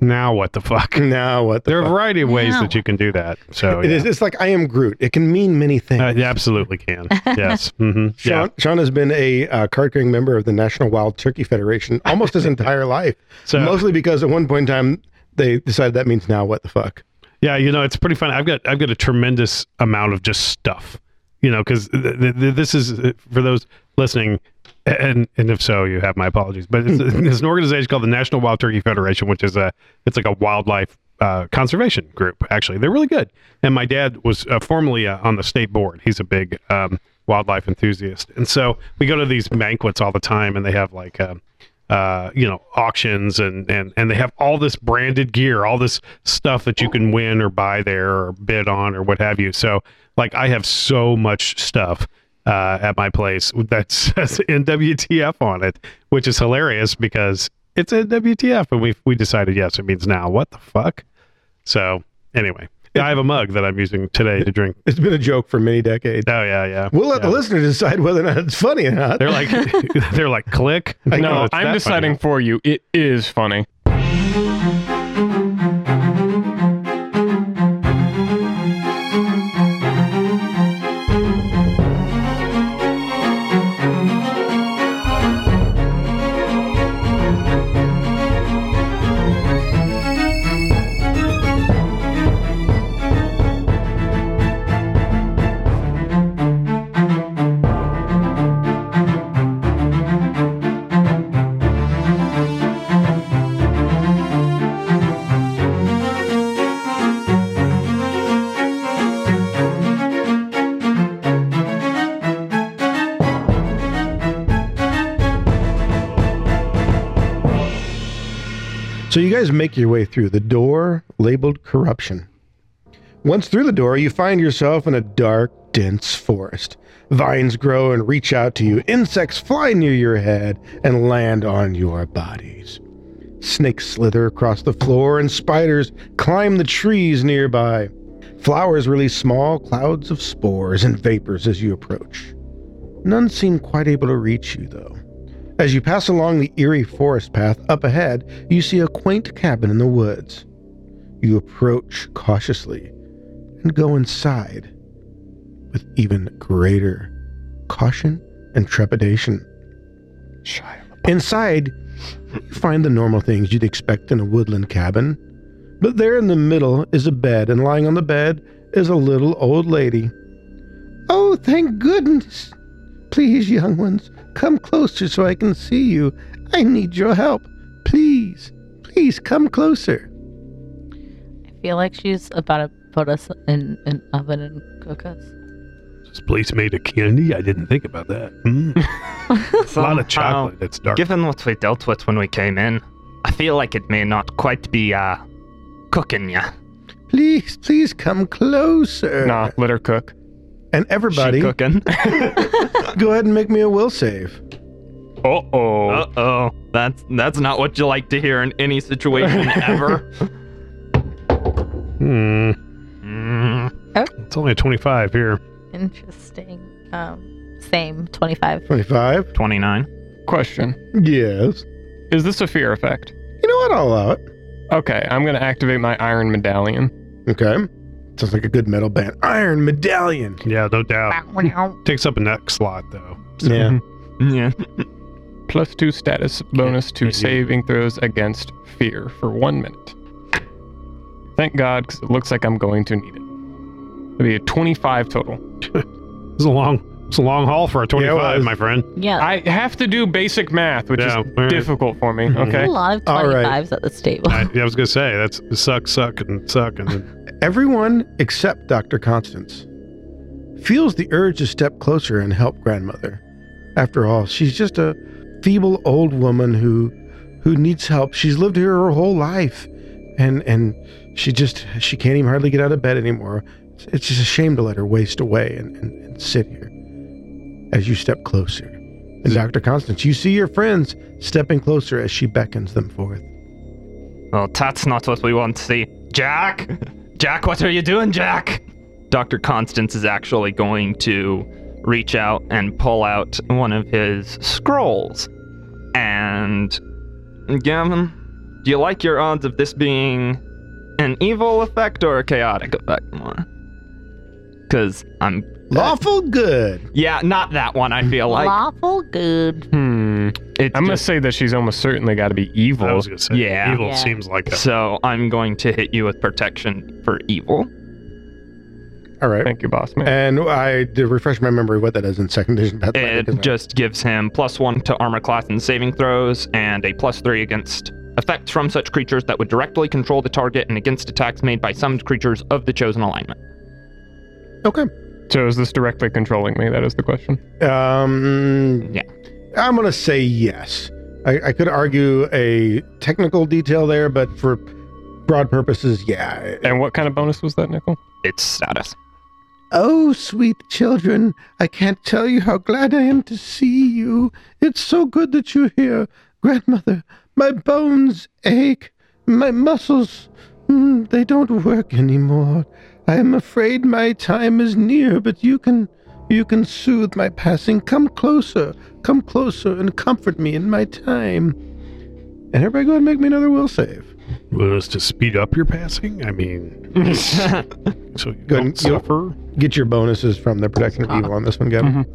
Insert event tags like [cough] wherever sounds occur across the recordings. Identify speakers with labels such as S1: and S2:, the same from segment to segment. S1: Now what the
S2: [laughs]
S1: fuck? [laughs]
S2: Now what? The
S1: There are a
S2: fuck?
S1: variety of ways
S3: Now
S1: that you can do that. So
S2: [laughs] It
S1: Oh, yeah.
S2: is, it's like I am Groot. It can mean many things.
S1: Uh, you absolutely
S2: [laughs]
S1: can. Yes. hmm
S2: Sean,
S1: Yeah.
S2: Sean has been a uh, card carrying member of the National Wild Turkey Federation
S1: [laughs]
S2: almost his entire life,
S1: So
S2: mostly because at one point in time they decided that means now what the fuck.
S1: yeah, you know, it's pretty fun. I've got I've got a tremendous amount of just stuff. You know, because th- th- th- this is uh, for those listening, a- and and if so, you have my apologies. But
S2: [laughs]
S1: it's, [laughs] it's an organization called the National Wild Turkey Federation, which is a it's like a wildlife uh, conservation group. Actually, they're really good. And my dad was uh, formerly uh, on the state board. He's a big um, wildlife enthusiast, and so we go to these banquets all the time, and they have like. um uh, you know auctions and and and they have all this branded gear all this stuff that you can win or buy there or bid on or what have you so like i have so much stuff uh, at my place that [laughs] says nwtf on it which is hilarious because it's nwtf and we we decided yes it means now what the fuck so anyway i have a mug that i'm using today to drink
S2: It's been a joke for many decades.
S1: oh yeah yeah
S2: We'll let
S1: Yeah.
S2: the listener decide whether or not it's funny or not.
S1: they're like [laughs] they're like click
S4: No,
S1: it's that
S4: I'm
S1: funny.
S4: deciding for you. It is funny.
S2: So you guys make your way through the door labeled corruption. Once through the door, you find yourself in a dark, dense forest. Vines grow and reach out to you, insects fly near your head and land on your bodies. Snakes slither across the floor, and spiders climb the trees nearby. Flowers release small clouds of spores and vapors as you approach. None seem quite able to reach you, though. As you pass along the eerie forest path up ahead, you see a quaint cabin in the woods. You approach cautiously and go inside with even greater caution and trepidation. Inside, you find the normal things you'd expect in a woodland cabin, but there in the middle is a bed, and lying on the bed is a little old lady. Oh, thank goodness! Please, young ones, come closer so I can see you. I need your help. Please, please come closer.
S3: I feel like she's about to put us in an oven and cook us.
S1: This place made of candy. I didn't think about that. Mm. a lot of chocolate. It's dark.
S5: Oh, Given what we dealt with when we came in, I feel like it may not quite be uh cooking ya.
S2: Please, please come closer.
S5: [laughs]
S4: Nah, let her cook.
S2: And everybody,
S5: She cooking.
S2: go ahead and make me a will save.
S4: Uh oh.
S5: uh oh. That's that's not what you like to hear in any [laughs] situation ever.
S1: Hmm.
S5: Mm,
S1: It's only a 25 here.
S3: Interesting. Um, same, 25.
S2: 25.
S5: Twenty-nine.
S4: Question
S2: Yes.
S4: Is this a fear effect?
S2: You know what? I'll allow it.
S4: Okay, I'm going to activate my iron medallion.
S2: Okay. Sounds like a good metal band. Iron Medallion.
S1: Yeah, no doubt. Takes up an X slot, though.
S2: Yeah.
S5: Yeah.
S4: Plus two status bonus to
S1: Mhm.
S4: saving throws against fear for one minute. Thank God, because it looks like I'm going to need it. It'll be a 25 total.
S1: It's a long, it's a long haul for a 25,
S2: was.
S1: my friend.
S3: Yeah.
S4: I have to do basic math, which
S1: Yeah, Mm-hmm.
S4: is
S1: all right.
S4: difficult for me. Okay.
S3: a lot of
S2: All
S3: 25s
S2: right.
S3: at this
S1: [laughs]
S3: table.
S1: I, yeah, I was gonna say that's suck, suck, and suck, and then-
S2: Everyone except Dr. Constance feels the urge to step closer and help grandmother. After all, she's just a feeble old woman who who needs help. She's lived here her whole life and and she just she can't even hardly get out of bed anymore. It's- It's just a shame to let her waste away and, and, and sit here. As you step closer. And Dr. Constance, you see your friends stepping closer as she beckons them forth.
S5: Well, that's not what we want to see. Jack! Jack, what are you doing, Jack? Dr. Constance is actually going to reach out and pull out one of his scrolls. And Gavin, Do you like your odds of this being an evil effect or a chaotic effect more? Because I'm.
S2: Lawful good.
S5: Yeah, not that one, I feel like.
S3: Lawful good.
S4: Hmm.
S5: It's
S4: I'm gonna
S5: just-
S4: say that she's almost certainly got to be evil.
S1: I was gonna say,
S5: Yeah.
S1: evil
S3: Yeah.
S1: seems like a
S5: So I'm going to hit you with protection for evil.
S2: All right.
S4: Thank you, boss man.
S2: [laughs] And I did refresh my memory what that is in second edition. Pathfinder,
S5: It
S2: 'cause I-
S5: just gives him plus one to armor class and saving throws, and a plus three against effects from such creatures that would directly control the target and against attacks made by some creatures of the chosen alignment.
S2: Okay.
S4: so is this directly controlling me? That is the question.
S2: Um,
S5: Yeah.
S2: I'm going to say yes. I, I could argue a technical detail there, but for broad purposes, yeah.
S4: And what kind of bonus was that, Nickel?
S5: It's status.
S2: Oh, sweet children, I can't tell you how glad I am to see you. It's so good that you're here. Grandmother, my bones ache. My muscles, mm, they don't work anymore. I am afraid my time is near, but you can you can soothe my passing. Come closer, come closer and comfort me in my time. And everybody go ahead and make me another will save.
S1: was to speed up your passing. I mean, so you
S2: Good.
S1: don't suffer.
S2: Get your bonuses from the protection of evil on this one, Gavin.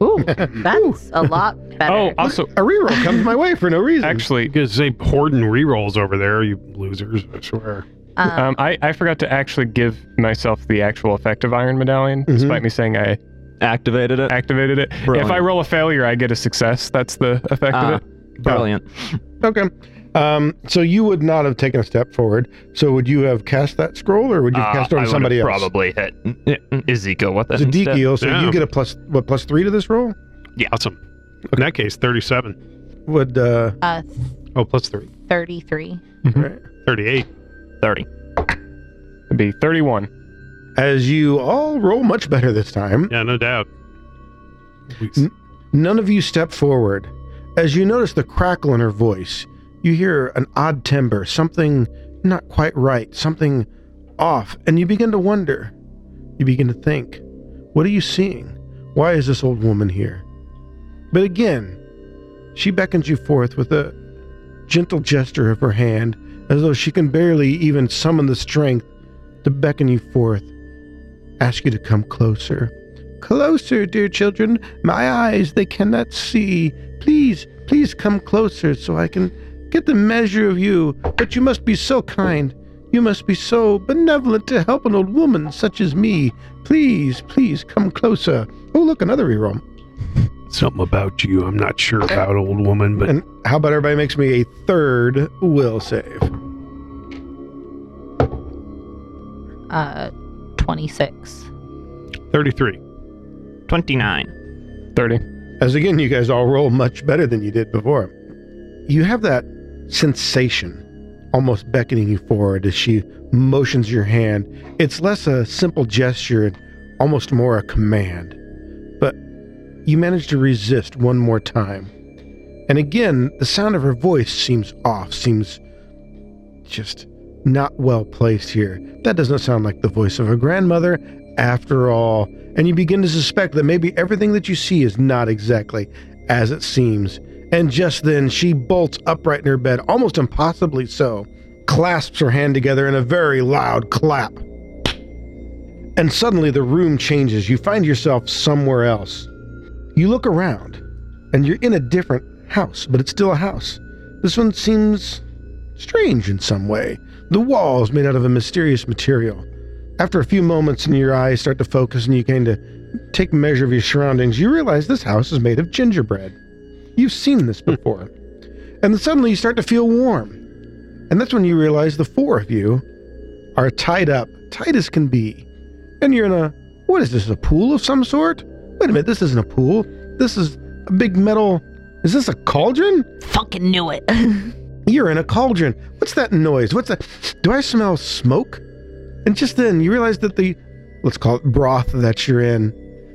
S3: Ooh, that's a lot better.
S4: Oh, also,
S2: A reroll comes my way for no reason.
S1: You
S4: actually,
S1: guys say hoarding rerolls over there, you losers. I swear.
S3: Um,
S4: um, I, I forgot to actually give myself the actual effect of Iron Medallion,
S5: Mm-hmm.
S4: despite me saying I
S5: Activated it.
S4: activated it.
S5: Brilliant.
S4: If I roll a failure, I get a success. That's the effect
S5: Ah,
S4: of it.
S5: brilliant.
S2: Okay. Um, so you would not have taken a step forward. So would you have cast that scroll, or would you
S5: Uh,
S2: have cast it
S5: I
S2: on
S5: would've
S2: somebody else?
S5: Probably hit Ezekiel with it. instead.
S2: Zedekiel, so
S1: Yeah.
S2: you get a plus what plus three to this roll?
S1: Awesome. In that case, 37.
S2: Would uh,
S3: uh,
S1: Oh, plus 3.
S3: 33.
S2: right.
S1: 38.
S5: 30.
S4: It'd be 31.
S2: as you all roll much better this time.
S1: Yeah, no doubt. We-
S2: Mm. None of you step forward. As you notice the crackle in her voice, you hear an odd timbre, something not quite right, something off, and you begin to wonder. You begin to think, what are you seeing? Why is this old woman here? But again, she beckons you forth with a gentle gesture of her hand, as though she can barely even summon the strength to beckon you forth, ask you to come closer. Closer, dear children. My eyes, they cannot see. Please, please come closer so I can get the measure of you. But you must be so kind. You must be so benevolent to help an old woman such as me. Please, please come closer. Oh, look, another reroll.
S1: Something about you. I'm not sure about old woman, but
S2: And how about everybody makes me a third will save?
S3: Uh, 26.
S1: 33.
S5: 29.
S4: 30.
S2: As again, you guys all roll much better than you did before. You have that sensation almost beckoning you forward as she motions your hand. It's less a simple gesture and almost more a command. But you manage to resist one more time. And again, the sound of her voice seems off, seems just not well placed here. That doesn't sound like the voice of a grandmother after all. And you begin to suspect that maybe everything that you see is not exactly as it seems. And just then, she bolts upright in her bed, almost impossibly so, clasps her hand together in a very loud clap. And suddenly, the room changes. You find yourself somewhere else. You look around, and you're in a different house, but it's still a house. This one seems strange in some way. The walls made out of a mysterious material. After a few moments and your eyes start to focus and you kind of take measure of your surroundings, you realize this house is made of gingerbread. You've seen this before. and then suddenly you start to feel warm. And that's when you realize the four of you are tied up, tight as can be. And you're in a, what is this, a pool of some sort? Wait a minute, this isn't a pool. This is a big metal, is this a cauldron?
S3: Fucking knew it. [laughs]
S2: You're in a cauldron. What's that noise? What's that? Do I smell smoke? And just then, you realize that the, let's call it broth that you're in,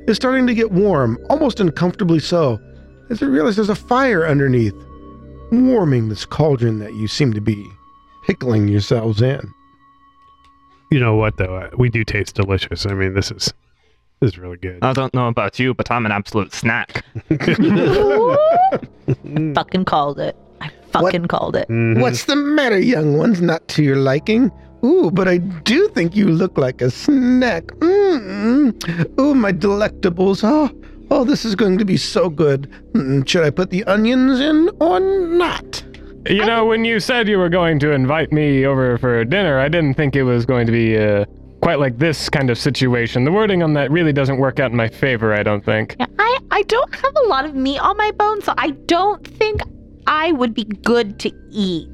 S2: is starting to get warm, almost uncomfortably so, as you realize there's a fire underneath, warming this cauldron that you seem to be pickling yourselves in.
S1: You know what, though? I- We do taste delicious. I mean, this is this is really good.
S5: I don't know about you, but I'm an absolute snack.
S3: Fucking called it. I fucking called it.
S1: Mhm.
S2: What's the matter, young ones? Not to your liking? Ooh, but I do think you look like a snack. Mm-mm. Ooh, my delectables. Oh, oh, this is going to be so good. Mm, should I put the onions in or not? [laughs]
S4: You know, when you said you were going to invite me over for dinner, I didn't think it was going to be uh, quite like this kind of situation. The wording on that really doesn't work out in my favor, I don't think.
S3: Yeah, I, I don't have a lot of meat on my bones, so I don't think I would be good to eat.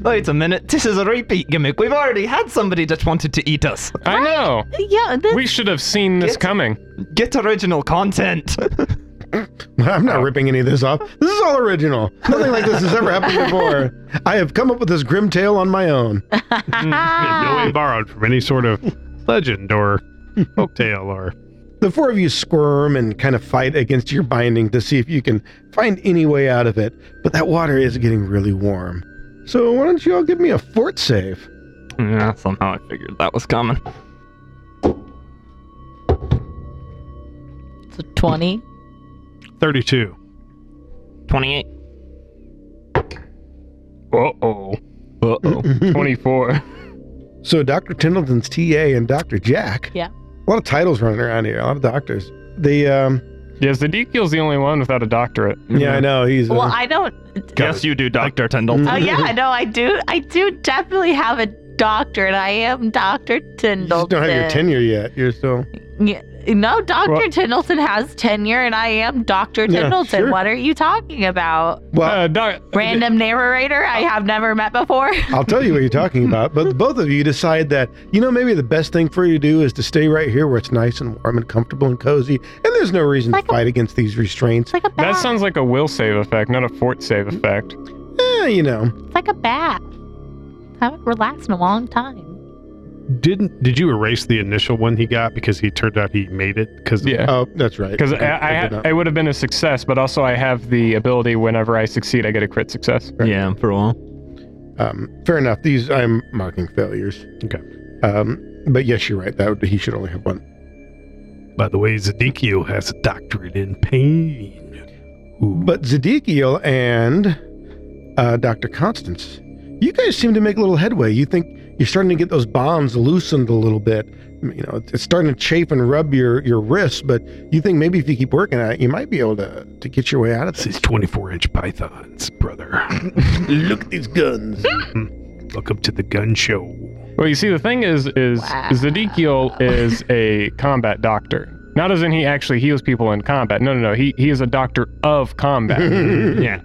S5: Wait a minute, this is a repeat gimmick. We've already had somebody that wanted to eat us.
S4: I know.
S3: Yeah, this,
S4: We should have seen this
S5: Get-
S4: coming.
S5: Get original content.
S2: I'm not ripping any of this off. This is all original. Nothing like this has ever happened before. I have come up with this grim tale on my own.
S1: in no way borrowed from any sort of legend or folktale or
S2: The four of you squirm and kind of fight against your binding to see if you can find any way out of it, but that water is getting really warm. So why don't you all give me a fort save?
S5: [laughs] yeah, somehow I figured that was coming.
S3: it's a 20.
S1: 32.
S5: 28.
S4: Uh oh.
S5: Uh
S2: [laughs]
S5: oh.
S4: 24.
S2: So Dr. Tindleton's TA and Dr. Jack.
S3: Yeah.
S2: A lot of titles running around here, a lot of doctors. The um
S4: yes, the Dekiel's the only one without a doctorate.
S2: yeah, I know he's uh, [laughs]
S3: Well, I don't.
S5: Yes, you do, Dr. Tyndall.
S1: Mm-hmm.
S3: Oh, yeah, no, I do. I do definitely have a doctorate. I am Dr.
S2: you just
S3: Tyndall.
S2: don't have your tenure yet. You're still
S3: Yeah, No, Dr.
S4: Well-
S3: Tindleton has tenure, and I am Dr.
S2: Yeah,
S3: Tindleton.
S2: sure.
S3: What are you talking about? [laughs]
S2: well.
S4: Uh, doc-
S3: Random narrator I have never met before. [laughs]
S2: I'll tell you what you're talking about, but the both of you decide that you know maybe the best thing for you to do is to stay right here where it's nice and warm and comfortable and cozy, and there's no reason
S3: Like
S2: to
S3: a-
S2: fight against these restraints.
S3: It's like a
S4: That
S3: bat.
S4: sounds like a will save effect, not a fort save effect.
S2: Eh, you know,
S3: it's like a bat. I haven't relaxed in a long time.
S1: Didn't did you erase the initial one he got because he turned out he made it because
S4: Yeah.
S2: Oh, that's right.
S4: Because I,
S2: Okay,
S4: I,
S2: did
S4: ha-
S2: not-
S4: it would have been a success, but also I have the ability whenever I succeed, I get a crit success.
S5: Yeah, for a while.
S2: um, fair enough. These I'm marking failures.
S1: Okay.
S2: Um, but yes, you're right. That would, he should only have one.
S1: by the way Ezekiel has a doctorate in pain. Ooh.
S2: But Zedekiel and uh, Doctor Constance, you guys seem to make a little headway. You think you're starting to get those bonds loosened a little bit. You know, it's starting to chafe and rub your your wrists. But you think maybe if you keep working at it, you might be able to to get your way out of
S1: This
S2: this.
S1: is 24 inch pythons, brother.
S2: [laughs] Look at these guns.
S1: Welcome to the gun show.
S4: Well, you see, the thing is, is
S3: Wow.
S4: Zedekiel is a combat doctor. Not as in he actually heals people in combat. No, no, no. He he is a doctor
S2: [laughs]
S4: of combat.
S5: Yeah.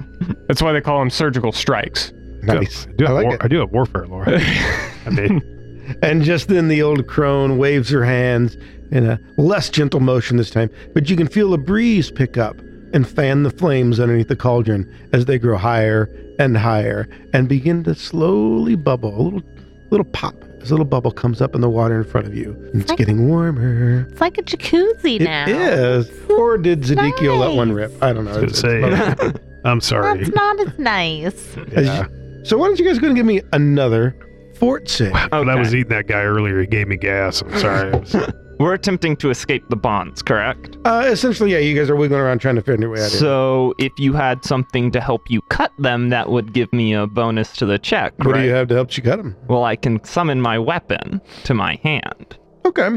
S4: That's why they call him surgical strikes.
S2: nice.
S1: I do
S2: I
S1: have,
S2: like
S1: war-
S2: it.
S1: I do have warfare lore.
S2: [laughs]
S1: I mean,
S2: And just then, the old crone waves her hands in a less gentle motion this time, but you can feel a breeze pick up and fan the flames underneath the cauldron as they grow higher and higher and begin to slowly bubble. A little, little pop as a little bubble comes up in the water in front of you. And it's
S3: Like-
S2: getting warmer.
S3: It's like a jacuzzi now.
S2: It is. Or did Zedekiel let one rip? I don't know.
S1: I was gonna say, I'm sorry.
S3: That's not as nice.
S2: [laughs] As
S1: Yeah.
S2: you- so why don't you guys go and give me another fort save?
S1: When I
S5: Okay.
S1: was eating that guy earlier, he gave me gas. I'm sorry. I was-
S5: We're attempting to escape the bonds, correct?
S2: Uh, essentially, yeah, you guys are wiggling around trying to figure your way out of here.
S5: So if you had something to help you cut them, that would give me a bonus to the check,
S2: What do
S5: right?
S2: you have to help you cut them?
S5: Well, I can summon my weapon to my hand.
S2: Okay.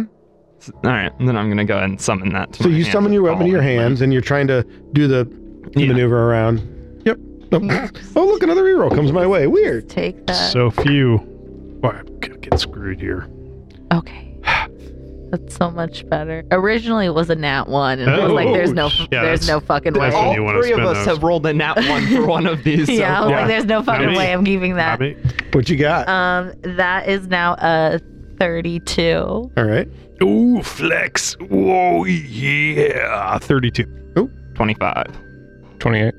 S5: S- All right, then I'm gonna go ahead and summon that. To
S2: So
S5: my
S2: you
S5: hand
S2: summon your
S5: and
S2: weapon to
S5: follow
S2: your
S5: it.
S2: hands, and you're trying to do the
S5: Yeah.
S2: maneuver around. Yep. Oh, oh, look, another reroll comes my way. Weird.
S3: Take that.
S1: so few. Boy, I'm going to get screwed here.
S3: okay. [sighs] That's so much better. Originally, it was a nat one, and I was like,
S1: Oh,
S3: "There's no,
S1: yeah,
S3: there's
S1: that's-
S3: no fucking way."
S1: that's when [laughs]
S5: All
S1: you wanna
S5: three of
S1: spin
S5: us
S1: those.
S5: have rolled in that one for one of
S3: [laughs]
S5: these.
S3: yeah, I
S5: so
S3: was
S5: far.
S3: like, "There's no fucking
S1: me.
S3: way I'm giving that."
S1: Not me.
S2: What you got?
S3: Um, that is now a 32.
S2: All right.
S1: Ooh, flex. Whoa, yeah. 32.
S5: 25.
S4: 28.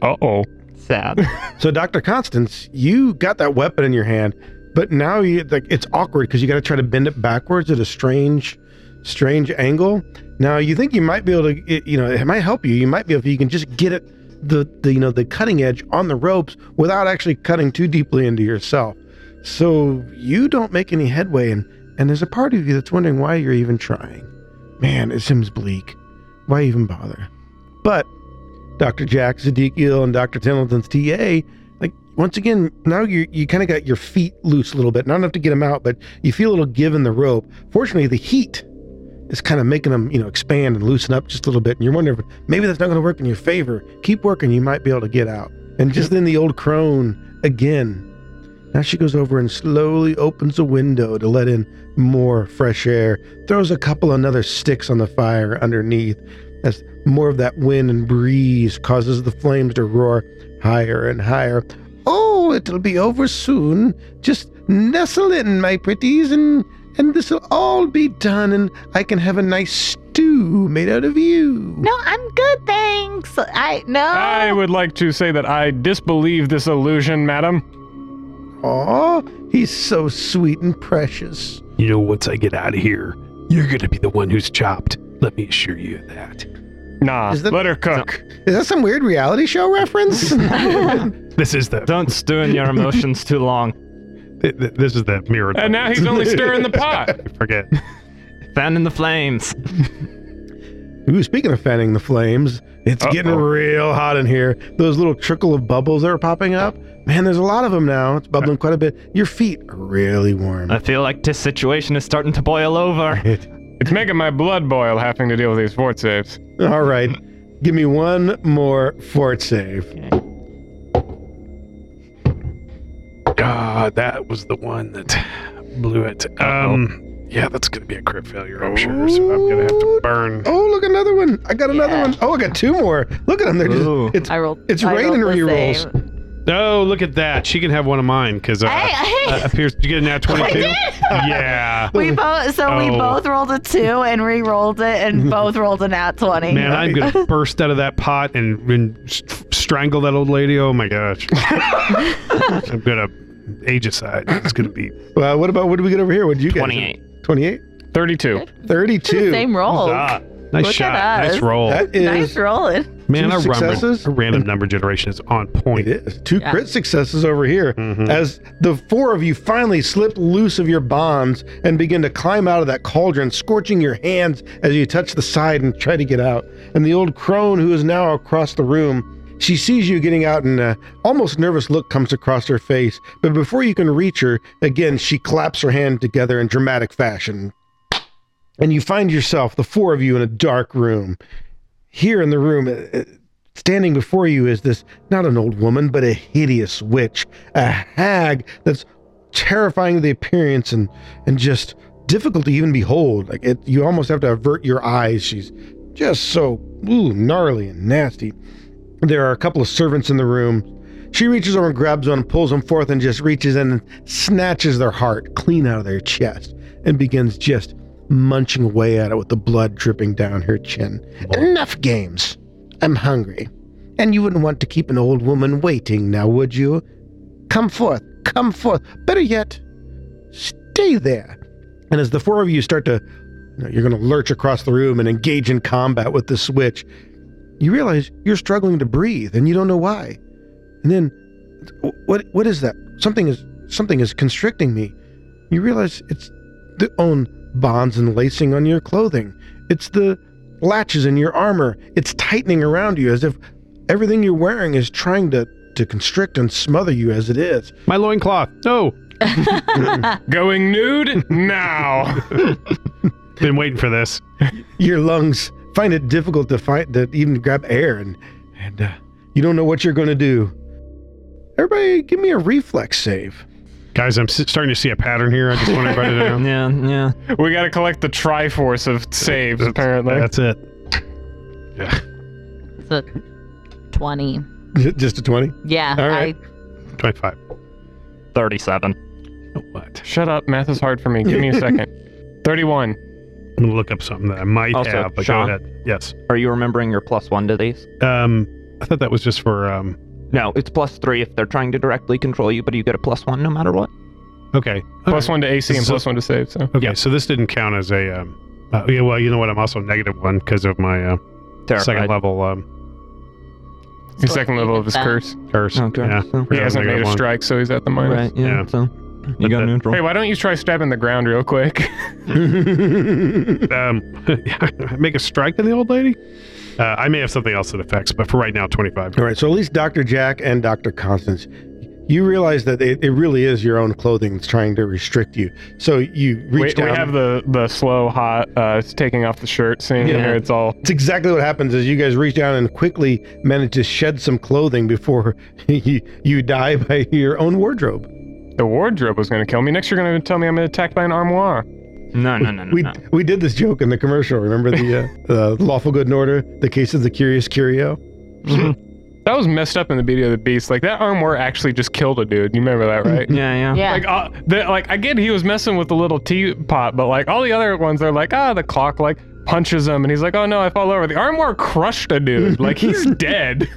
S4: Uh oh.
S5: Sad.
S2: So, Dr. Constance, you got that weapon in your hand, but now you like it's awkward because you got to try to bend it backwards at a strange, strange angle. Now, you think you might be able to, it, you know, it might help you. You might be able to, you can just get it, the, the, you know, the cutting edge on the ropes without actually cutting too deeply into yourself. So, you don't make any headway, and, and there's a part of you that's wondering why you're even trying. Man, it seems bleak. Why even bother? But Dr. Jack Zedekiel and Dr. Tendleton's TA once again, now you you kind of got your feet loose a little bit. Not enough to get them out, but you feel a little give in the rope. Fortunately, the heat is kind of making them, you know, expand and loosen up just a little bit. And you're wondering if maybe that's not going to work in your favor. Keep working, you might be able to get out. And just then, the old crone again. Now she goes over and slowly opens a window to let in more fresh air. Throws a couple another sticks on the fire underneath. As more of that wind and breeze causes the flames to roar higher and higher. Oh, it'll be over soon. Just nestle in, my pretties, and and this'll all be done, and I can have a nice stew made out of you.
S3: No, I'm good, thanks. I no.
S4: I would like to say that I disbelieve this illusion, madam.
S2: Aw, he's so sweet and precious.
S1: You know, once I get out of here, you're gonna be the one who's chopped. Let me assure you of that.
S4: Nah,
S2: Is that-
S4: let her cook.
S2: Is that some weird reality show reference?
S1: This is the
S5: Don't stew in your emotions too long.
S1: th- th- this is the mirror.
S4: And now he's
S2: [laughs]
S4: only stirring the pot.
S1: forget.
S5: Fan in the flames.
S2: Ooh, speaking of fanning the flames, it's getting real hot in here. Those little trickle of bubbles that are popping up, man, there's a lot of them now. It's bubbling quite a bit. Your feet are really warm.
S5: I feel like this situation is starting to boil over.
S2: It-
S4: It's making my blood boil having to deal with these fort saves.
S2: [laughs] All right, give me one more fort save.
S1: Ah, that was the one that blew it. Um, yeah, that's gonna be a crit failure, I'm sure. So I'm gonna have to burn.
S2: Oh, look, another one. I got another one. Oh, I got two more. Look at them. They're just,
S5: Ooh.
S2: it's,
S3: I rolled.
S2: it's
S3: I
S2: raining
S3: rolled the
S2: rerolls.
S3: same.
S1: Oh, look at that. She can have one of mine because uh,
S3: Hey, hey.
S1: uh, appears to get an nat twenty-two. yeah.
S3: [laughs] We both so we
S1: Oh.
S3: both rolled a two and re-rolled it
S1: [laughs]
S3: and both rolled an at twenty.
S1: Man, I'm gonna burst out of that pot and, and s- strangle that old lady. Oh my
S3: [laughs]
S1: gosh! I'm gonna ageicide. It's gonna be
S2: Well, uh, what about what do we get over here? What do you get?
S5: 28.
S2: 28?
S4: 32.
S2: 32.
S3: Same roll.
S1: ah, nice
S3: Oh, Look at
S1: shot,
S3: us.
S1: nice roll.
S2: That
S3: Nice
S2: is,
S3: rolling.
S1: Man,
S2: two
S1: our random,
S2: successes
S1: our random number generation is on
S2: it
S1: point.
S2: is. Two
S3: Yeah.
S2: crit successes over here.
S1: Mhm.
S2: As the four of you finally slip loose of your bonds and begin to climb out of that cauldron, scorching your hands as you touch the side and try to get out. And the old crone, who is now across the room, she sees you getting out, and a almost nervous look comes across her face. But before you can reach her, again, she claps her hand together in dramatic fashion. And you find yourself, the four of you, in a dark room. Here in the room, uh, Standing before you is this not an old woman, but a hideous witch, a hag that's terrifying the appearance and and just difficult to even behold. Like it, you almost have to avert your eyes. She's just so ooh, gnarly and nasty. There are a couple of servants in the room. She reaches over and grabs one, pulls them forth, and just reaches in and snatches their heart clean out of their chest and begins just munching away at it with the blood dripping down her chin. Enough games. I'm hungry. And you wouldn't want to keep an old woman waiting now, would you? Come forth, come forth. Better yet, stay there. And as the four of you start to, you know, you're going to lurch across the room and engage in combat with the switch, you realize you're struggling to breathe and you don't know why. And then, wh- what what is that? Something is something is constricting me. You realize it's the own bonds and lacing on your clothing. It's the latches in your armor. It's tightening around you as if everything you're wearing is trying to, to constrict and smother you as it is.
S1: My loincloth. No,
S4: Going nude now.
S1: [laughs] been waiting for this.
S2: Your lungs find it difficult to find to even grab air and and uh, you don't know what you're going to do. Everybody give me a reflex save.
S1: Guys, I'm s- starting to see a pattern here. I just want everybody to know.
S5: Yeah, yeah.
S4: we gotta collect the Triforce of saves, apparently.
S1: That's it. [laughs] Yeah.
S3: It's a twenty.
S2: Just a 20.
S3: Yeah.
S2: All right.
S1: Twenty-five.
S5: 37.
S1: Oh, what?
S4: Shut up, math is hard for me. Give me
S1: [laughs]
S4: a second. 31.
S1: I'm gonna look up something that I might
S5: Also,
S1: have. But
S5: Sean?
S1: go ahead. Yes.
S5: Are you remembering your plus one to these?
S1: Um, I thought that was just for um.
S5: No, it's plus three if they're trying to directly control you, but you get a plus one no matter what.
S1: Okay.
S4: Plus one to AC and
S1: So-
S4: plus one to save, so.
S1: Okay, so this didn't count as a. Um, uh, yeah, well, you know what? I'm also negative one because of my uh,
S5: Terrified.
S1: second level um,
S4: His second level of his
S3: That.
S4: curse.
S1: curse.
S5: Okay,
S1: Yeah,
S5: so-
S1: we're
S4: He
S1: at
S4: hasn't made
S1: negative
S4: a
S1: one.
S4: strike, [laughs] so he's at the minus.
S5: Right, yeah,
S1: Yeah.
S5: so you
S1: But
S5: got
S1: the-
S5: neutral.
S4: Hey, why don't you try stabbing the ground real quick?
S1: [laughs] Um, [laughs] make a strike to the old lady. Uh, I may have something else that affects, but for right now, 25.
S2: All right, so at least Dr. Jack and Dr. Constance, you realize that it, it really is your own clothing that's trying to restrict you. So you reach
S4: We,
S2: down.
S4: we have the the slow hot uh it's taking off the shirt scene
S2: Yeah.
S4: here. It's all
S2: It's exactly what happens is you guys reach down and quickly manage to shed some clothing before [laughs] you, you die by your own wardrobe.
S4: the wardrobe was gonna kill me. Next you're gonna tell me I'm attacked by an armoire.
S5: No, no, no, no.
S2: We
S5: no.
S2: we did this joke in the commercial. Remember the uh, uh, lawful good and order, the case of the curious curio.
S4: That was messed up in the Beauty of the Beast. Like that armoire actually just killed a dude. You remember that, right?
S5: [laughs] Yeah, yeah.
S3: Yeah.
S4: Like, uh, the, like I get he was messing with the little teapot, but like all the other ones, they're like, ah, the clock like punches him, and he's like, oh no, I fall over. The armoire crushed a dude, like he's dead.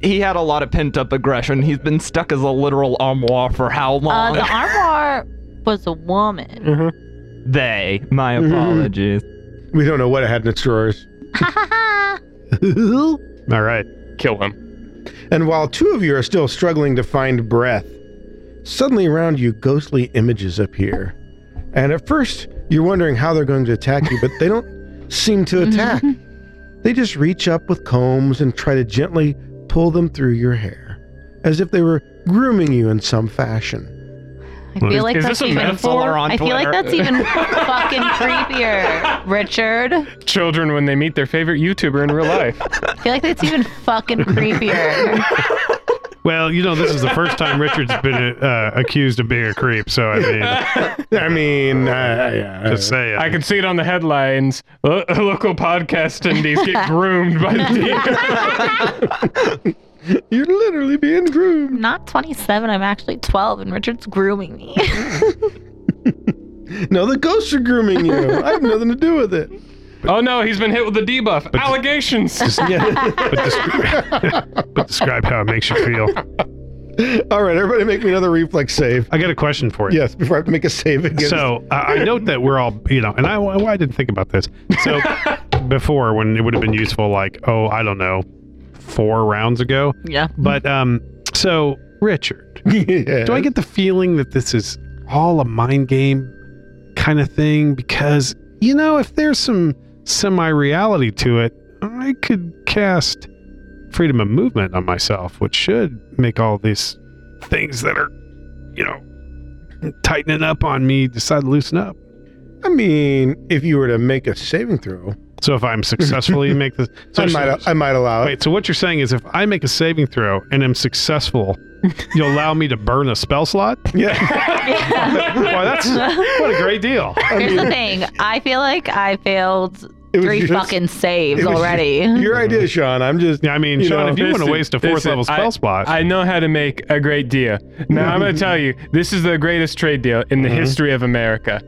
S5: He had a lot of pent up aggression. He's been stuck as a literal armoire for how
S3: uh,
S5: long?
S3: the armoire was a woman.
S5: they. My
S3: Mm-hmm.
S5: apologies.
S2: We don't know what it had in its [laughs] drawers.
S3: Ha ha ha.
S1: All right.
S4: Kill him.
S2: And while two of you are still struggling to find breath, suddenly around you ghostly images appear. And at first, you're wondering how they're going to attack you, but they don't seem to attack. they just reach up with combs and try to gently pull them through your hair, as if they were grooming you in some fashion.
S3: I feel like
S4: is
S3: that's
S4: this a
S3: even.
S4: metaphor?
S5: on
S3: I feel like
S5: Twitter.
S3: that's even [laughs] fucking creepier, Richard. I
S4: Children when they meet their favorite YouTuber in real life.
S3: feel like that's even fucking creepier.
S1: Well, you know, this is the first time Richard's been uh, accused of being a creep. So I [laughs] mean,
S2: I mean, uh, yeah,
S1: just saying.
S4: I can see it on the headlines. Lo- local podcast attendees get groomed by the [laughs]
S2: you're literally being groomed.
S3: Not 27. I'm actually 12, and Richard's grooming me.
S2: No, the ghosts are grooming you. I have nothing to do with it. [laughs]
S4: Oh no, he's been hit with a debuff. Allegations.
S1: but, descri- but describe how it makes you feel.
S2: [laughs] All right, everybody, make me another reflex save.
S1: I got a question for you.
S2: Yes, before I have to make a save again.
S1: So I I note that we're all, you know, and I, well, I didn't think about this. [laughs] So before, when it would have been useful, like, oh, I don't know, four rounds ago.
S3: [laughs] yeah.
S1: But um, so Richard,
S2: Yeah.
S1: do I get the feeling that this is all a mind game kind of thing? Because you know, if there's some semi-reality to it, I could cast freedom of movement on myself, which should make all these things that are, you know, tightening up on me decide to loosen up.
S2: I mean, if you were to make a saving throw,
S1: So if I'm successfully make
S2: [laughs]
S1: this, so
S2: I might, uh, I might allow it.
S1: Wait, so what you're saying is if I make a saving throw and am successful, you'll allow me to burn a spell slot?
S2: Yeah, [laughs]
S1: Wow, that's what a great deal.
S3: Here's the thing. I feel like I failed
S2: it was
S3: three
S2: just-
S3: fucking saves
S2: it was
S3: already.
S2: Your idea, Sean. I'm just.
S1: Yeah, I mean,
S2: You
S1: Sean,
S2: know,
S1: if you [laughs] want to
S4: Listen,
S1: waste a fourth
S4: listen,
S1: level spell
S4: I-
S1: slot,
S4: I know how to make a great deal. Now
S1: [laughs]
S4: I'm going to tell you, this is the greatest trade deal in the
S1: Uh-huh.
S4: history of America.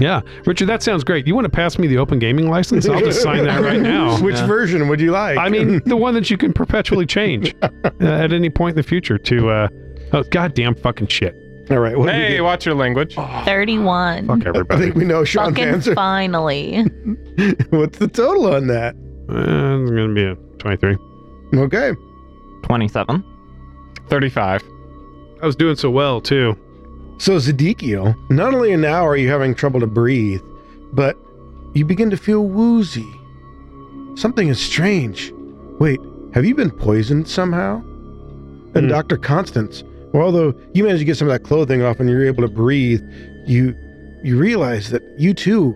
S1: yeah, Richard, that sounds great. You want to pass me the open gaming license? I'll just sign that right
S2: [laughs]
S1: now.
S2: Which version would you like?
S1: I mean, the one that you can perpetually
S2: [laughs]
S1: change uh, at any point in the future to, uh, oh, goddamn fucking shit.
S2: all right. What did we
S4: Hey,
S2: get?
S4: watch your language.
S1: Oh.
S3: [laughs] 31.
S1: Fuck
S2: I
S1: everybody.
S2: think we know Sean's
S4: [laughs]
S3: Fucking
S2: answer.
S3: finally.
S2: [laughs] What's the total on that?
S1: Uh, it's going to be a 23.
S2: Okay.
S5: 27.
S4: 35.
S1: I was doing so well, too.
S2: So Zedekiel, not only now are you having trouble to breathe, but you begin to feel woozy. Something is strange. Wait, have you been poisoned somehow? And
S1: Hmm.
S2: Dr. Constance, well, although you managed to get some of that clothing off and you're able to breathe, you you realize that you too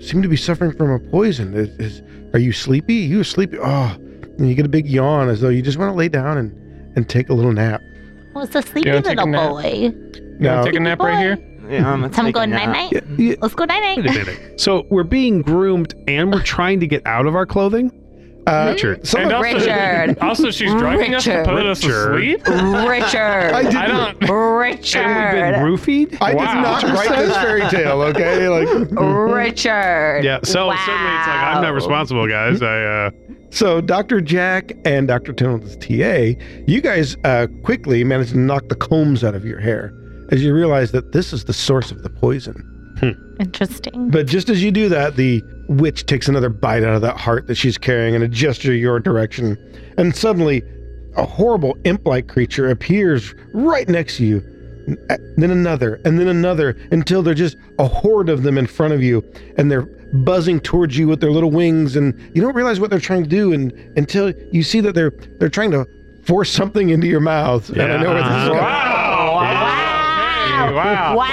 S2: seem to be suffering from a poison. Is, is- are you sleepy? You were sleepy. Oh, and you get a big yawn as though you just want to lay down and, and take a little nap.
S3: Was a sleepy
S4: wanna take a
S3: little
S4: nap?
S3: boy.
S4: You want to take a nap right here?
S5: Yeah, I'm
S3: Time to go night night.
S2: Yeah,
S3: Let's go night
S1: Wait a
S3: night.
S1: minute. So we're being groomed and we're trying to get out of our clothing?
S2: uh,
S1: Richard.
S2: some of-
S3: Richard.
S4: [laughs] also, she's driving us to
S3: Richard.
S4: put us to
S1: Richard.
S4: sleep? [laughs]
S2: I
S3: Richard.
S2: did
S4: I
S1: [laughs]
S4: don't.
S1: And
S3: Richard.
S1: we've been roofied?
S2: I
S4: Wow.
S2: did not write this fairy tale,
S4: [laughs]
S2: okay? Like
S3: Richard.
S1: Yeah, so suddenly it's like, I'm
S3: Wow.
S1: not responsible, guys. I, uh,
S2: so Dr. Jack and Dr. Tennant's TA, you guys uh, quickly managed to knock the combs out of your hair as you realize that this is the source of the poison.
S3: Interesting.
S2: But just as you do that, the witch takes another bite out of that heart that she's carrying in a gesture your direction. And suddenly, a horrible imp-like creature appears right next to you. N- uh, Then another, and then another, until they're just a horde of them in front of you, and they're buzzing towards you with their little wings, and you don't realize what they're trying to do, and until you see that they're they're trying to force something into your mouth. And I know where this is
S1: Yeah.
S2: going.
S4: Wow. Wow.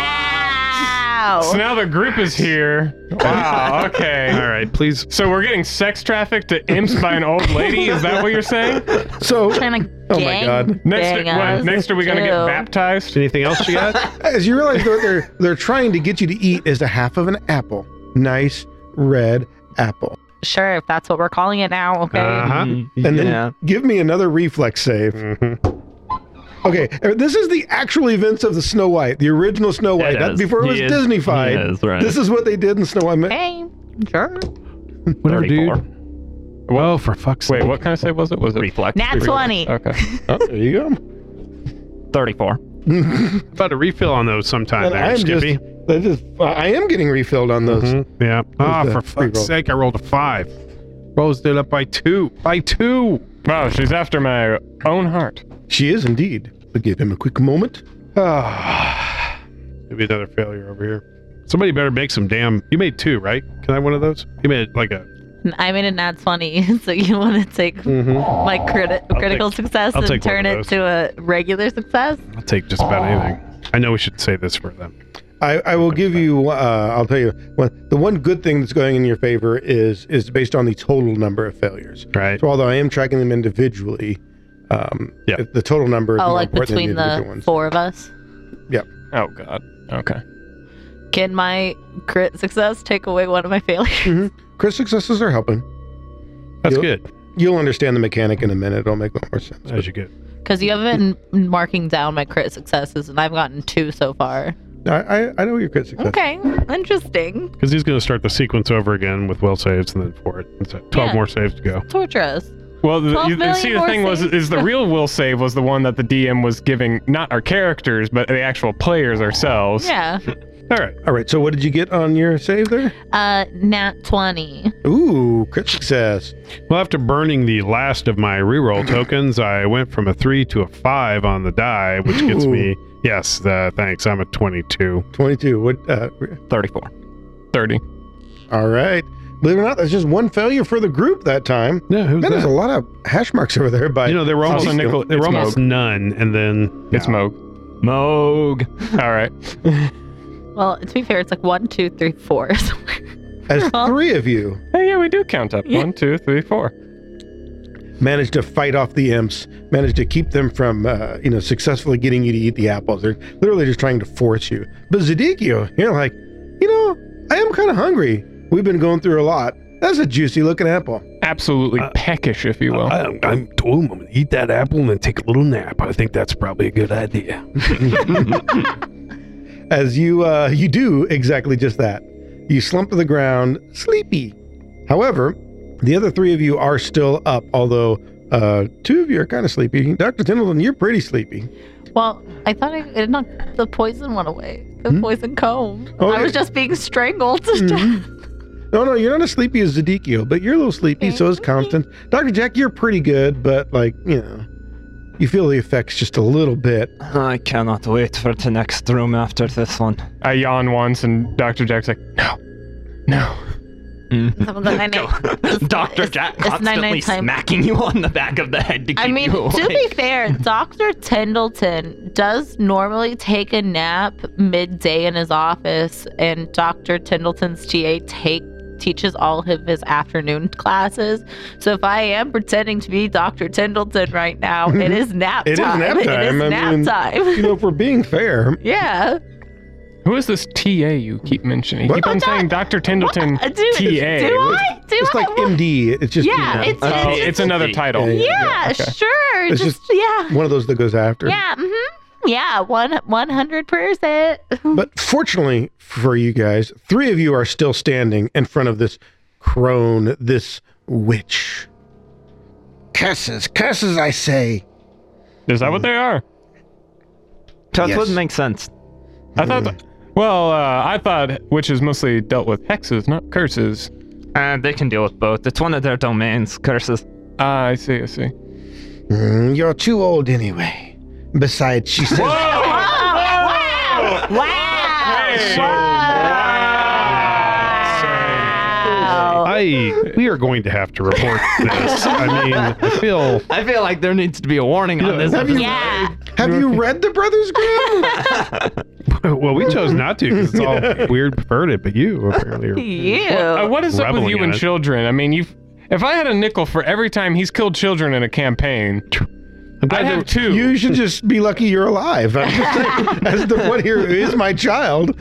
S4: So
S3: Wow.
S4: now the group is here. Wow. Okay.
S1: All right, please.
S4: So we're getting sex trafficked to imps by an old lady. Is that what you're saying?
S3: [laughs]
S2: So,
S3: Trying to
S2: Oh my
S3: gang
S2: God.
S4: Next,
S3: bang us,
S4: what, next are we gonna get
S3: too.
S4: baptized?
S1: Anything else you got?
S2: as you realize, what they're they're trying to get you to eat is a half of an apple, nice red apple,
S3: Sure, if that's what we're calling it now. Okay.
S1: Uh huh.
S5: Mm,
S2: and then
S5: yeah.
S2: give me another reflex save. Okay, uh, this is the actual events of the Snow White, the original Snow White,
S5: It
S2: not
S5: is.
S2: before it
S5: He
S2: was
S5: is-
S2: Disneyfied.
S5: he is, right.
S2: This is what they did in Snow White.
S3: Hey, sure.
S1: Whatever, dude.
S5: 34.
S1: Well, for fuck's sake.
S4: Wait, what kind of save was it? Was it
S5: Reflex.
S3: Nat 20.
S4: Okay.
S2: Oh, there you go.
S5: 34.
S1: About a refill on those sometime
S2: And
S1: there,
S2: I'm just,
S1: Skippy.
S2: I just, I am getting refilled on those.
S1: Mhm, Yeah. Ah,
S2: the
S1: for
S2: reroll?
S1: fuck's sake, I rolled a five. Rose it up by two. By two.
S4: Wow, she's after my own heart.
S2: She is indeed. But give him a quick moment.
S1: Ah, maybe another failure over here. Somebody better make some damn. You made two, right? Can I have one of those? You made like a.
S3: I made a nat 20, [laughs] so you want to take my criti- critical success
S1: I'll
S3: and
S1: take one
S3: turn
S1: of
S3: it
S1: those.
S3: to a regular success?
S1: I'll take just about anything. I know we should say this for them.
S2: I, I will give you. Uh, I'll tell you. One, the one good thing that's going in your favor is is based on the total number of failures.
S1: Right.
S2: So although I am tracking them individually, um,
S1: Yeah.
S2: the total number. Is
S3: Oh,
S2: more
S3: like
S2: important than
S3: between
S2: the,
S3: the
S2: individual ones.
S3: four of us?
S4: Oh God. Okay.
S3: Can my crit success take away one of my failures? [laughs]
S2: Chris successes are helping.
S1: That's
S2: Yep.
S1: good.
S2: You'll understand the mechanic in a minute. It'll make a lot more sense.
S1: As you get.
S3: Because you haven't been marking down my crit successes, and I've gotten two so far.
S2: I, I, I know your crit success.
S3: Okay, interesting.
S1: Because he's going to start the sequence over again with well saves and then for it. It's at 12
S3: Yeah.
S1: more saves to go.
S3: Torture us.
S4: Well, the,
S3: 12
S4: you, you see,
S3: million
S4: the
S3: more
S4: thing was,
S3: saves.
S4: is the
S3: [laughs]
S4: real will save was the one that the DM was giving, not our characters, but the actual players ourselves.
S3: Yeah.
S1: All right.
S2: All right. So what did you get on your save there?
S3: Uh, nat 20.
S2: Ooh, crit success.
S1: Well, after burning the last of my [clears throat] reroll tokens, I went from a three to a five on the die, which gets
S2: Ooh.
S1: me. Yes, uh, thanks. I'm a 22.
S2: Twenty-two. What? Uh, re-
S5: 34.
S4: Thirty.
S2: all right. Believe it or not, that's just one failure for the group that time.
S1: Yeah, who's
S2: Man, there's a lot of hash marks over there. By
S1: You know, they were
S4: It's
S1: almost,
S4: also Nicol-
S1: they were
S4: it's
S1: almost none, and then
S4: It's Moog.
S5: Moog.
S4: [laughs] All right.
S3: Well, to be fair, it's like one, two, three, four. [laughs] So
S2: as three of you
S4: Hey, yeah, we do count up.
S3: Yeah.
S4: One, two, three, four.
S2: managed to fight off the imps, managed to keep them from, uh, you know, successfully getting you to eat the apples. They're literally just trying to force you. But Zadikio, you're like, you know, I am kind of hungry. We've been going through a lot. That's a juicy looking apple.
S4: Absolutely
S5: Uh,
S4: peckish, if you will.
S1: I'm, I'm told I'm gonna eat that apple and then take a little nap. I think that's probably a good idea.
S2: As you uh, [laughs] you do exactly just that. You slump to the ground, sleepy. However, the other three of you are still up, although uh, two of you are kind of sleepy. Dr. Tindleton, you're pretty sleepy.
S3: Well, I thought I it knocked the poison one away. The poison comb.
S2: Oh, yeah.
S3: I was
S2: Mm-hmm.
S3: just being strangled
S2: [laughs]
S3: to death.
S2: No, no, you're not as sleepy as Zadikio, but you're a little sleepy, so is Constance. Dr. Jack, you're pretty good, but like, you know, you feel the effects just a little bit.
S5: I cannot wait for the next room after this one.
S4: I yawn once, and Dr. Jack's like, no, no.
S3: Someone goes, "I know." [laughs]
S5: [laughs]
S3: It's-
S5: Dr.
S3: it's-
S5: Jack
S3: it's nine,
S5: constantly
S3: nine time.
S5: smacking you on the back of the head to keep
S3: I mean,
S5: you
S3: to
S2: [laughs]
S3: be
S5: awake.
S3: fair, Dr. Tindleton does normally take a nap midday in his office, and Dr. Tindleton's TA take teaches all of his afternoon [laughs] classes. So if I am pretending to be Dr. Tindleton right now,
S2: [laughs]
S3: it is nap
S2: It is
S3: time.
S2: nap
S3: [laughs] It
S2: time.
S3: is
S2: I
S3: nap
S2: mean-
S3: time. [laughs]
S2: You know, if we're being fair,
S3: yeah.
S4: Who is this TA you keep mentioning? You
S2: What?
S4: keep on saying Dr. Tindleton TA.
S3: What? [laughs] Do, do [laughs] I? Do
S2: it's
S3: I?
S2: like MD. It's just, you
S3: [laughs] Yeah,
S2: know,
S3: it's-
S4: Oh,
S3: it's-
S4: it's another
S5: Yeah.
S2: [laughs]
S4: title.
S2: Yeah,
S3: yeah,
S4: okay.
S3: sure.
S2: It's
S3: Just,
S2: just-
S3: yeah,
S2: one of those that goes after.
S3: yeah, mm-hmm. yeah. One, one hundred percent. [laughs]
S2: But fortunately for you guys, three of you are still standing in front of this crone, this witch. Curses, curses, I say.
S4: Is that what they are?
S5: That
S2: Yes.
S5: would make sense.
S4: I thought. well, uh, I thought witches mostly dealt with hexes, not curses.
S5: Uh, they can deal with both. It's one of their domains. Curses.
S4: Ah, I see. I see.
S2: Mm, you're too old anyway. Besides, she says.
S3: Wow! Wow! Wow!
S4: Hey! Wow!
S1: I I we are going to have to report this. I mean, I feel
S5: I feel like there needs to be a warning on this.
S2: have you-
S3: Yeah.
S2: [laughs] Have you read the Brothers Grimm?
S1: [laughs] well we chose not to because it's [laughs] all weird perverted, but you apparently
S4: [laughs]
S1: are
S3: You.
S2: Oh.
S4: Uh, what is up with
S1: Reveling
S4: you
S1: in
S4: and
S1: it.
S4: children? I mean, you. If I had a nickel for every time he's killed children in a campaign,
S1: I'm glad
S4: I'd
S1: there-
S4: have two.
S2: You
S4: [laughs]
S2: should just be lucky you're alive. I'm just saying, as the one here who is my child.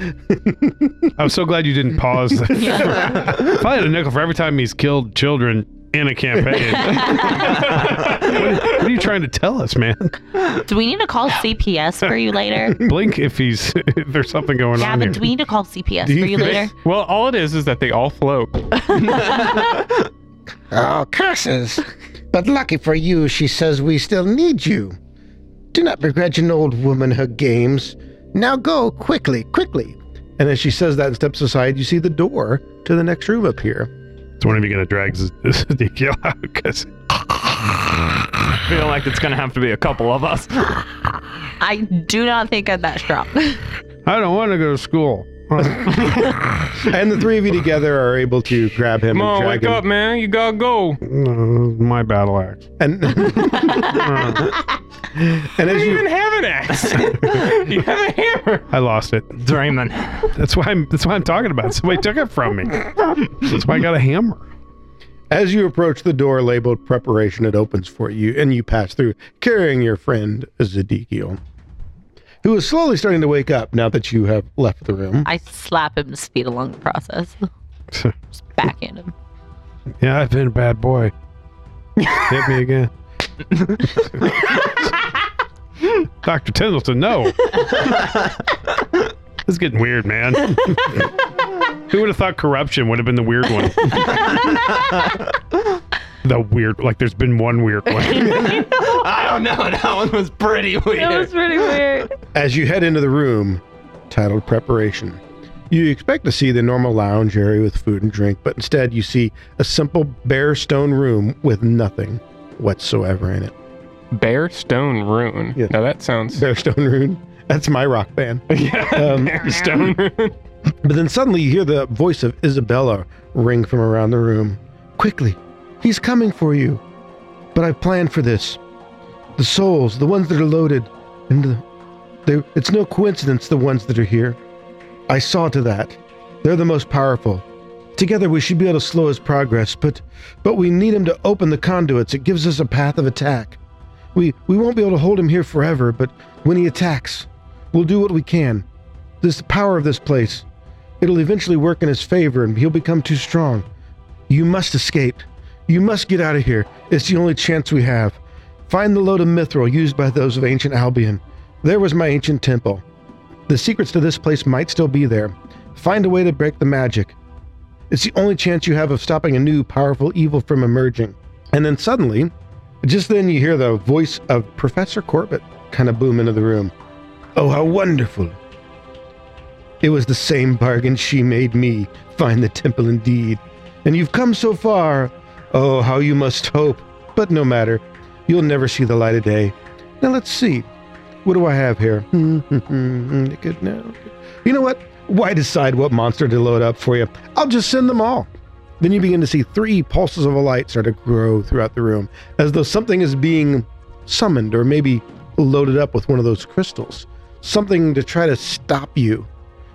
S1: I'm so glad you didn't pause. if I had a nickel for every time he's killed children in a campaign. what, what are you trying to tell us, man?
S3: Do we need to call CPS for you later?
S1: Blink if he's if there's something going on
S3: Gavin,
S1: here.
S3: do we need to call CPS
S2: Do you
S3: for you
S2: think-
S3: later?
S4: Well, all it is is that they all float.
S2: [laughs] Oh, curses. But lucky for you, she says we still need you. Do not begrudge an old woman her games. Now go quickly, quickly. And as she says that and steps aside, you see the door to the next room appear.
S1: It's one of you going to drag Z- [laughs] Ezekiel out because
S5: I feel like it's gonna have to be a couple of us.
S3: I do not think I'm that strong.
S1: I don't want to go to school. Uh,
S2: And the three of you together are able to grab him
S4: Come on,
S2: and drag
S4: wake up,
S2: him.
S4: man. You gotta go.
S1: uh, my battle axe.
S4: [laughs]
S2: And, [laughs] and
S4: You
S2: as
S4: don't even
S2: you
S4: have
S2: [laughs]
S4: an axe. [laughs] you have a hammer.
S1: I lost it.
S5: Draymond.
S1: That's why I'm. That's why I'm talking about. it. Somebody took it from me. That's why I got a hammer.
S2: as you approach the door labeled preparation, it opens for you, and you pass through, carrying your friend Zedekiel, who is slowly starting to wake up now that you have left the room.
S3: [laughs] I slap him his feet along the process. Just backhand him.
S1: Yeah, I've been a bad boy. Hit me again. Dr. Tendleton, no. this is getting weird, man. Who would have thought corruption would have been the weird one? the weird, like, there's been one weird one.
S5: I don't know. [laughs] That one was pretty weird.
S3: pretty weird.
S2: As you head into the room, titled Preparation, you expect to see the normal lounge area with food and drink, but instead you see a simple bare stone room with nothing whatsoever in it.
S4: Bare Stone Rune.
S2: Yeah.
S4: Now
S2: [laughs]
S4: that sounds.
S2: Bare stone room? That's my rock band.
S4: [laughs] yeah.
S2: Um,
S4: Bare Stone Rune.
S2: But then suddenly you hear the voice of Isabella ring from around the room. Quickly, he's coming for you. But I planned for this. The souls, the ones that are loaded, and the, they, it's no coincidence the ones that are here. I saw to that. They're the most powerful. Together we should be able to slow his progress, but but we need him to open the conduits. It gives us a path of attack. We we won't be able to hold him here forever, but when he attacks, we'll do what we can. This the power of this place. It'll eventually work in his favor and he'll become too strong. You must escape. You must get out of here. It's the only chance we have. Find the load of mithril used by those of ancient Albion. There was my ancient temple. The secrets to this place might still be there. Find a way to break the magic. It's the only chance you have of stopping a new powerful evil from emerging. And then suddenly, just then you hear the voice of Professor Corbett kind of boom into the room. Oh, how wonderful! It was the same bargain she made me find the temple indeed. And you've come so far. Oh, how you must hope. But no matter. You'll never see the light of day. Now let's see. What do I have here? [laughs] Hmm, hmm, hmm, hmm, Good now. You know what? Why decide what monster to load up for you? I'll just send them all. Then you begin to see three pulses of a light start to grow throughout the room, as though something is being summoned or maybe loaded up with one of those crystals. Something to try to stop you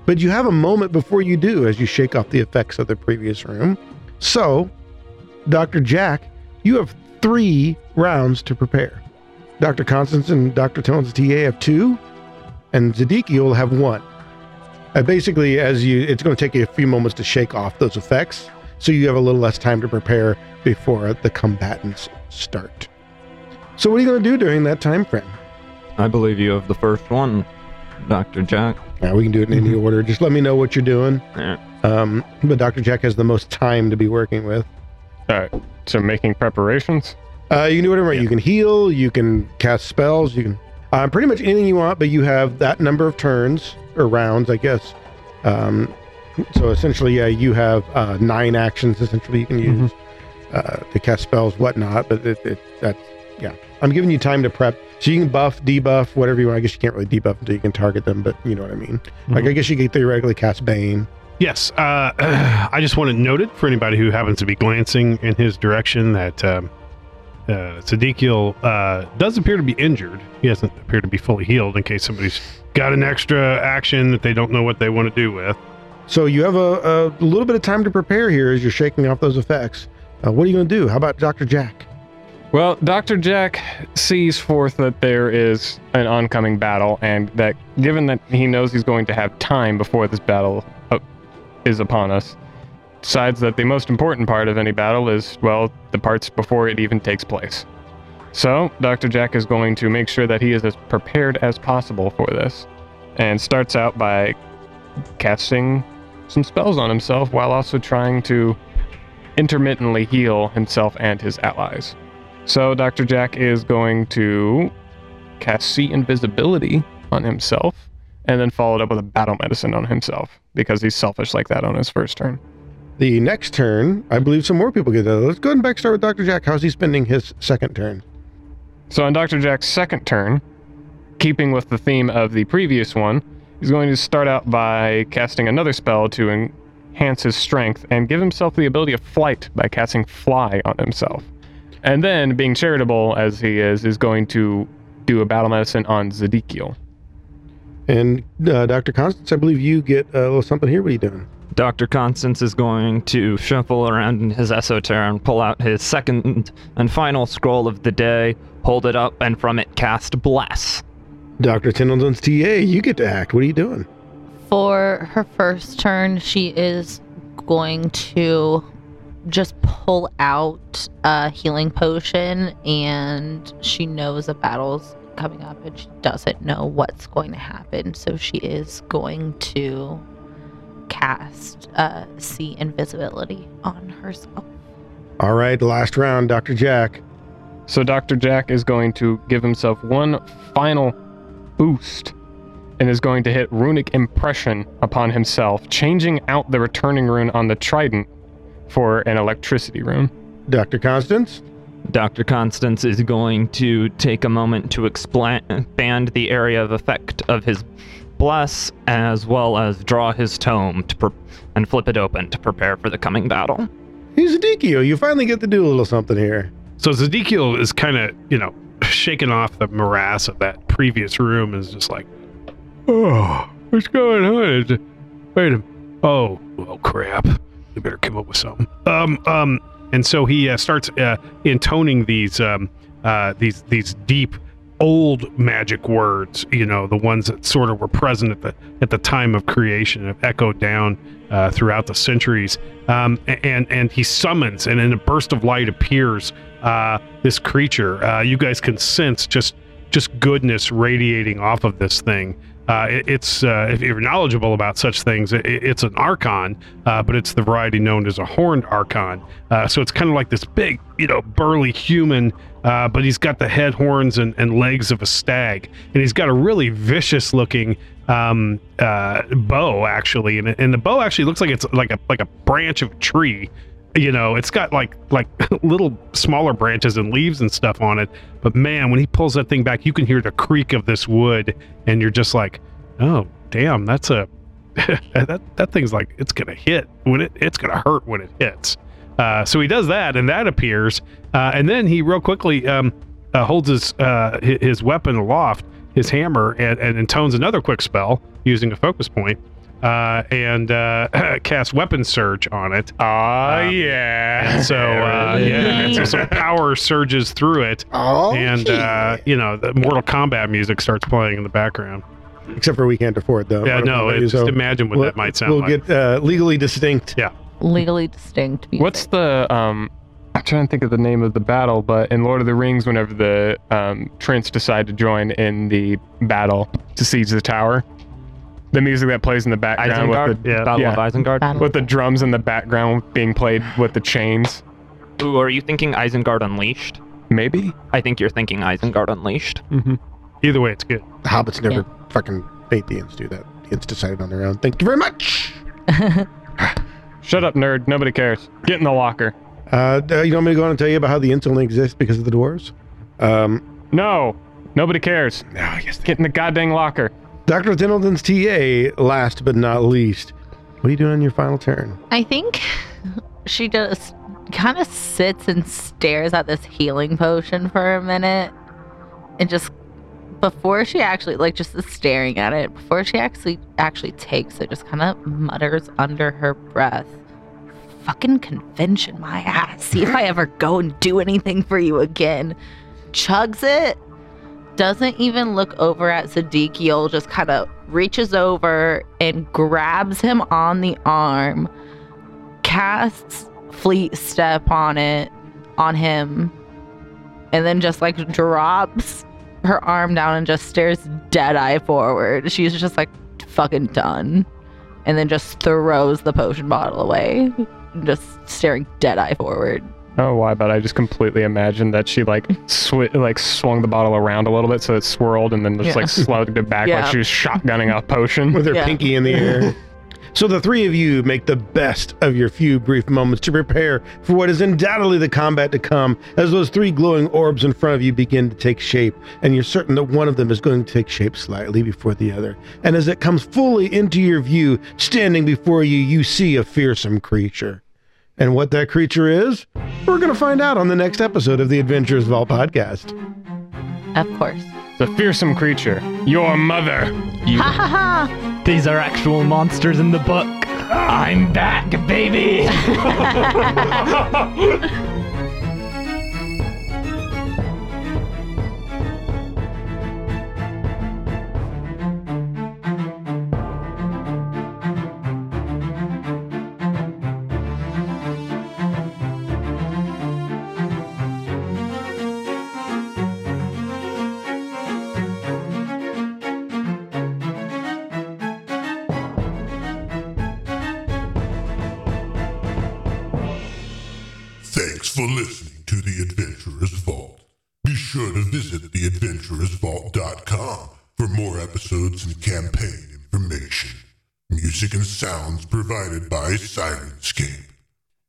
S2: but you have a moment before you do as you shake off the effects of the previous room. So, Dr. Jack, you have three rounds to prepare. Dr. Constance and Dr. Tones TA have two, and Zadiki will have one. Uh, basically, as you, it's going to take you a few moments to shake off those effects, so you have a little less time to prepare before the combatants start. So, what are you going to do during that time frame?
S5: I believe you have the first one, Doctor Jack.
S2: Uh, we can do it in any order. Just let me know what you're doing.
S5: Yeah.
S2: Um, but Dr. Jack has the most time to be working with.
S4: all right. So making preparations.
S2: Uh, you can do whatever. You can heal. You can cast spells. You can uh, pretty much anything you want. But you have that number of turns or rounds, I guess. Um, so essentially, yeah, you have uh, nine actions. Essentially, you can use uh, to cast spells, whatnot. But it, it, that's yeah. I'm giving you time to prep, so you can buff, debuff, whatever you want. I guess you can't really debuff until you can target them, but you know what I mean. Like I guess you could theoretically cast Bane
S1: Yes, uh, [clears throat] I just want it noted for anybody who happens to be glancing in his direction that um, uh, Sadiqil uh, does appear to be injured. He doesn't appear to be fully healed in case somebody's got an extra action that they don't know what they want to do with.
S2: So you have a, a little bit of time to prepare here as you're shaking off those effects. Uh, what are you going to do? How about Dr. Jack?
S4: Well, Dr. Jack sees forth that there is an oncoming battle, and that given that he knows he's going to have time before this battle uh, is upon us, decides that the most important part of any battle is, well, the parts before it even takes place. So, Dr. Jack is going to make sure that he is as prepared as possible for this, and starts out by casting some spells on himself while also trying to intermittently heal himself and his allies. So Dr. Jack is going to cast see invisibility on himself and then followed up with a battle medicine on himself because he's selfish like that on his first turn.
S2: The next turn, I believe some more people get that. Let's go ahead and back start with Dr. Jack. How's he spending his second turn?
S4: So on Dr. Jack's second turn, keeping with the theme of the previous one, he's going to start out by casting another spell to en- enhance his strength and give himself the ability of flight by casting fly on himself. And then, being charitable as he is, is going to do a battle medicine on Zedekiel.
S2: And uh, Dr. Constance, I believe you get a little something here. What are you doing?
S5: Dr. Constance is going to shuffle around in his esoter and pull out his second and final scroll of the day, hold it up, and from it cast Bless.
S2: Dr. Tendleton's TA, you get to act. What are you doing?
S3: For her first turn, she is going to just pull out a healing potion, and she knows a battle's coming up, and she doesn't know what's going to happen. So she is going to cast uh, see invisibility on herself.
S2: All right, last round, Dr. Jack.
S4: So Dr. Jack is going to give himself one final boost and is going to hit runic impression upon himself, changing out the returning rune on the trident for an electricity rune.
S2: Dr. Constance?
S5: Dr. Constance is going to take a moment to expla- expand the area of effect of his bless, as well as draw his tome to pre- and flip it open to prepare for the coming battle.
S2: Hey, Zadikio, you finally get to do a little something here.
S1: So Zedekiel is kind of, you know, [laughs] shaking off the morass of that previous room and is just like, oh, what's going on? Wait a Oh, oh crap. We better come up with something. Um, um, and so he uh, starts uh, intoning these, um, uh, these, these deep old magic words, you know, the ones that sort of were present at the, at the time of creation and have echoed down uh, throughout the centuries. Um, a- and and he summons, and in a burst of light appears uh, this creature. Uh, you guys can sense just just goodness radiating off of this thing. Uh, it- it's uh, if you're knowledgeable about such things, it, it's an archon, uh, but it's the variety known as a horned archon. Uh, so it's kind of like this big, you know, burly human, uh, but he's got the head horns and, and legs of a stag, and he's got a really vicious-looking um, uh, bow actually, and, and the bow actually looks like it's like a like a branch of a tree. You know, it's got like like [laughs] little smaller branches and leaves and stuff on it. But man, when he pulls that thing back, you can hear the creak of this wood, and you're just like, oh damn, that's a [laughs] that that thing's like it's gonna hit when it it's gonna hurt when it hits. Uh, so he does that, and that appears, uh, and then he real quickly um, uh, holds his uh, hi- his weapon aloft, his hammer, and, and intones another quick spell using a focus point, uh, and uh, [clears throat] casts weapon surge on it.
S4: Ah,
S1: Um,
S4: yeah.
S1: So uh, yeah, and so some power surges through it,
S2: Oh,
S1: and uh, you know the Mortal Kombat music starts playing in the background.
S2: except for we can't afford though.
S1: Yeah, no, it's, just imagine what
S2: we'll,
S1: that might sound
S2: We'll
S1: like.
S2: get uh, legally distinct.
S3: Legally distinct. Music.
S4: What's the um? I'm trying to think of the name of the battle, but in Lord of the Rings, whenever the um, Trents decide to join in the battle to siege the tower, the music that plays in the background with
S5: Isengard?
S4: the
S1: yeah.
S5: Battle of
S4: Yeah.
S5: Isengard?
S3: Battle-
S4: with the drums in the background being played with the chains,
S5: Ooh, are you thinking Isengard Unleashed?
S4: maybe.
S5: I think you're thinking Isengard Unleashed.
S1: Either way, it's good.
S2: The hobbits never fucking Fathians do that. It's decided on their own. Thank you very much.
S4: Shut up, nerd. Nobody cares. Get in the locker.
S2: Uh, d- you want me to go on and tell you about how the insulin exists because of the dwarves? Um,
S4: No, nobody cares.
S2: oh, yes,
S4: Get in the goddamn locker.
S2: Dr. Tendleton's TA, last but not least, What are you doing on your final turn?
S3: I think she just kind of sits and stares at this healing potion for a minute and just before she actually like just is staring at it before she actually actually takes it just kind of mutters under her breath fucking convention my ass see if i ever go and do anything for you again chugs it doesn't even look over at Sadiqiel, just kind of reaches over and grabs him on the arm, casts Fleet Step on it, on him, and then just like drops her arm down and just stares dead eye forward. She's just like fucking done. And then just throws the potion bottle away, just staring dead eye forward.
S4: Oh, why? But I just completely imagined that she like sw- like swung the bottle around a little bit so it swirled and then just
S3: Yeah.
S4: like slugged it back
S3: Yeah.
S4: like she was shotgunning a potion.
S2: With her
S3: Yeah.
S2: pinky in the air. so the three of you make the best of your few brief moments to prepare for what is undoubtedly the combat to come as those three glowing orbs in front of you begin to take shape. And you're certain that one of them is going to take shape slightly before the other. And as it comes fully into your view, standing before you, you see a fearsome creature. And what that creature is, we're going to find out on the next episode of the Adventures of All podcast.
S3: Of course.
S4: The fearsome creature, your mother.
S3: Ha ha ha!
S5: These are actual monsters in the book. I'm back, baby!
S6: Thanks for listening to The Adventurer's Vault. Be sure to visit theadventurer'svault.com for more episodes and campaign information. Music and sounds provided by Sirenscape.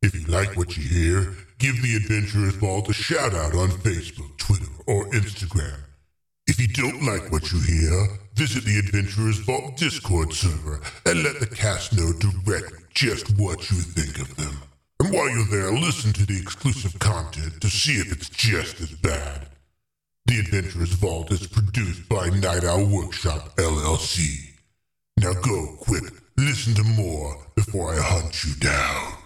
S6: If you like what you hear, give The Adventurer's Vault a shout out on Facebook, Twitter, or Instagram. If you don't like what you hear, visit the Adventurers Vault Discord server and let the cast know directly just what you think of them. And while you're there, listen to the exclusive content to see if it's just as bad. The Adventurers Vault is produced by Night Owl Workshop LLC. Now go quick, listen to more before I hunt you down.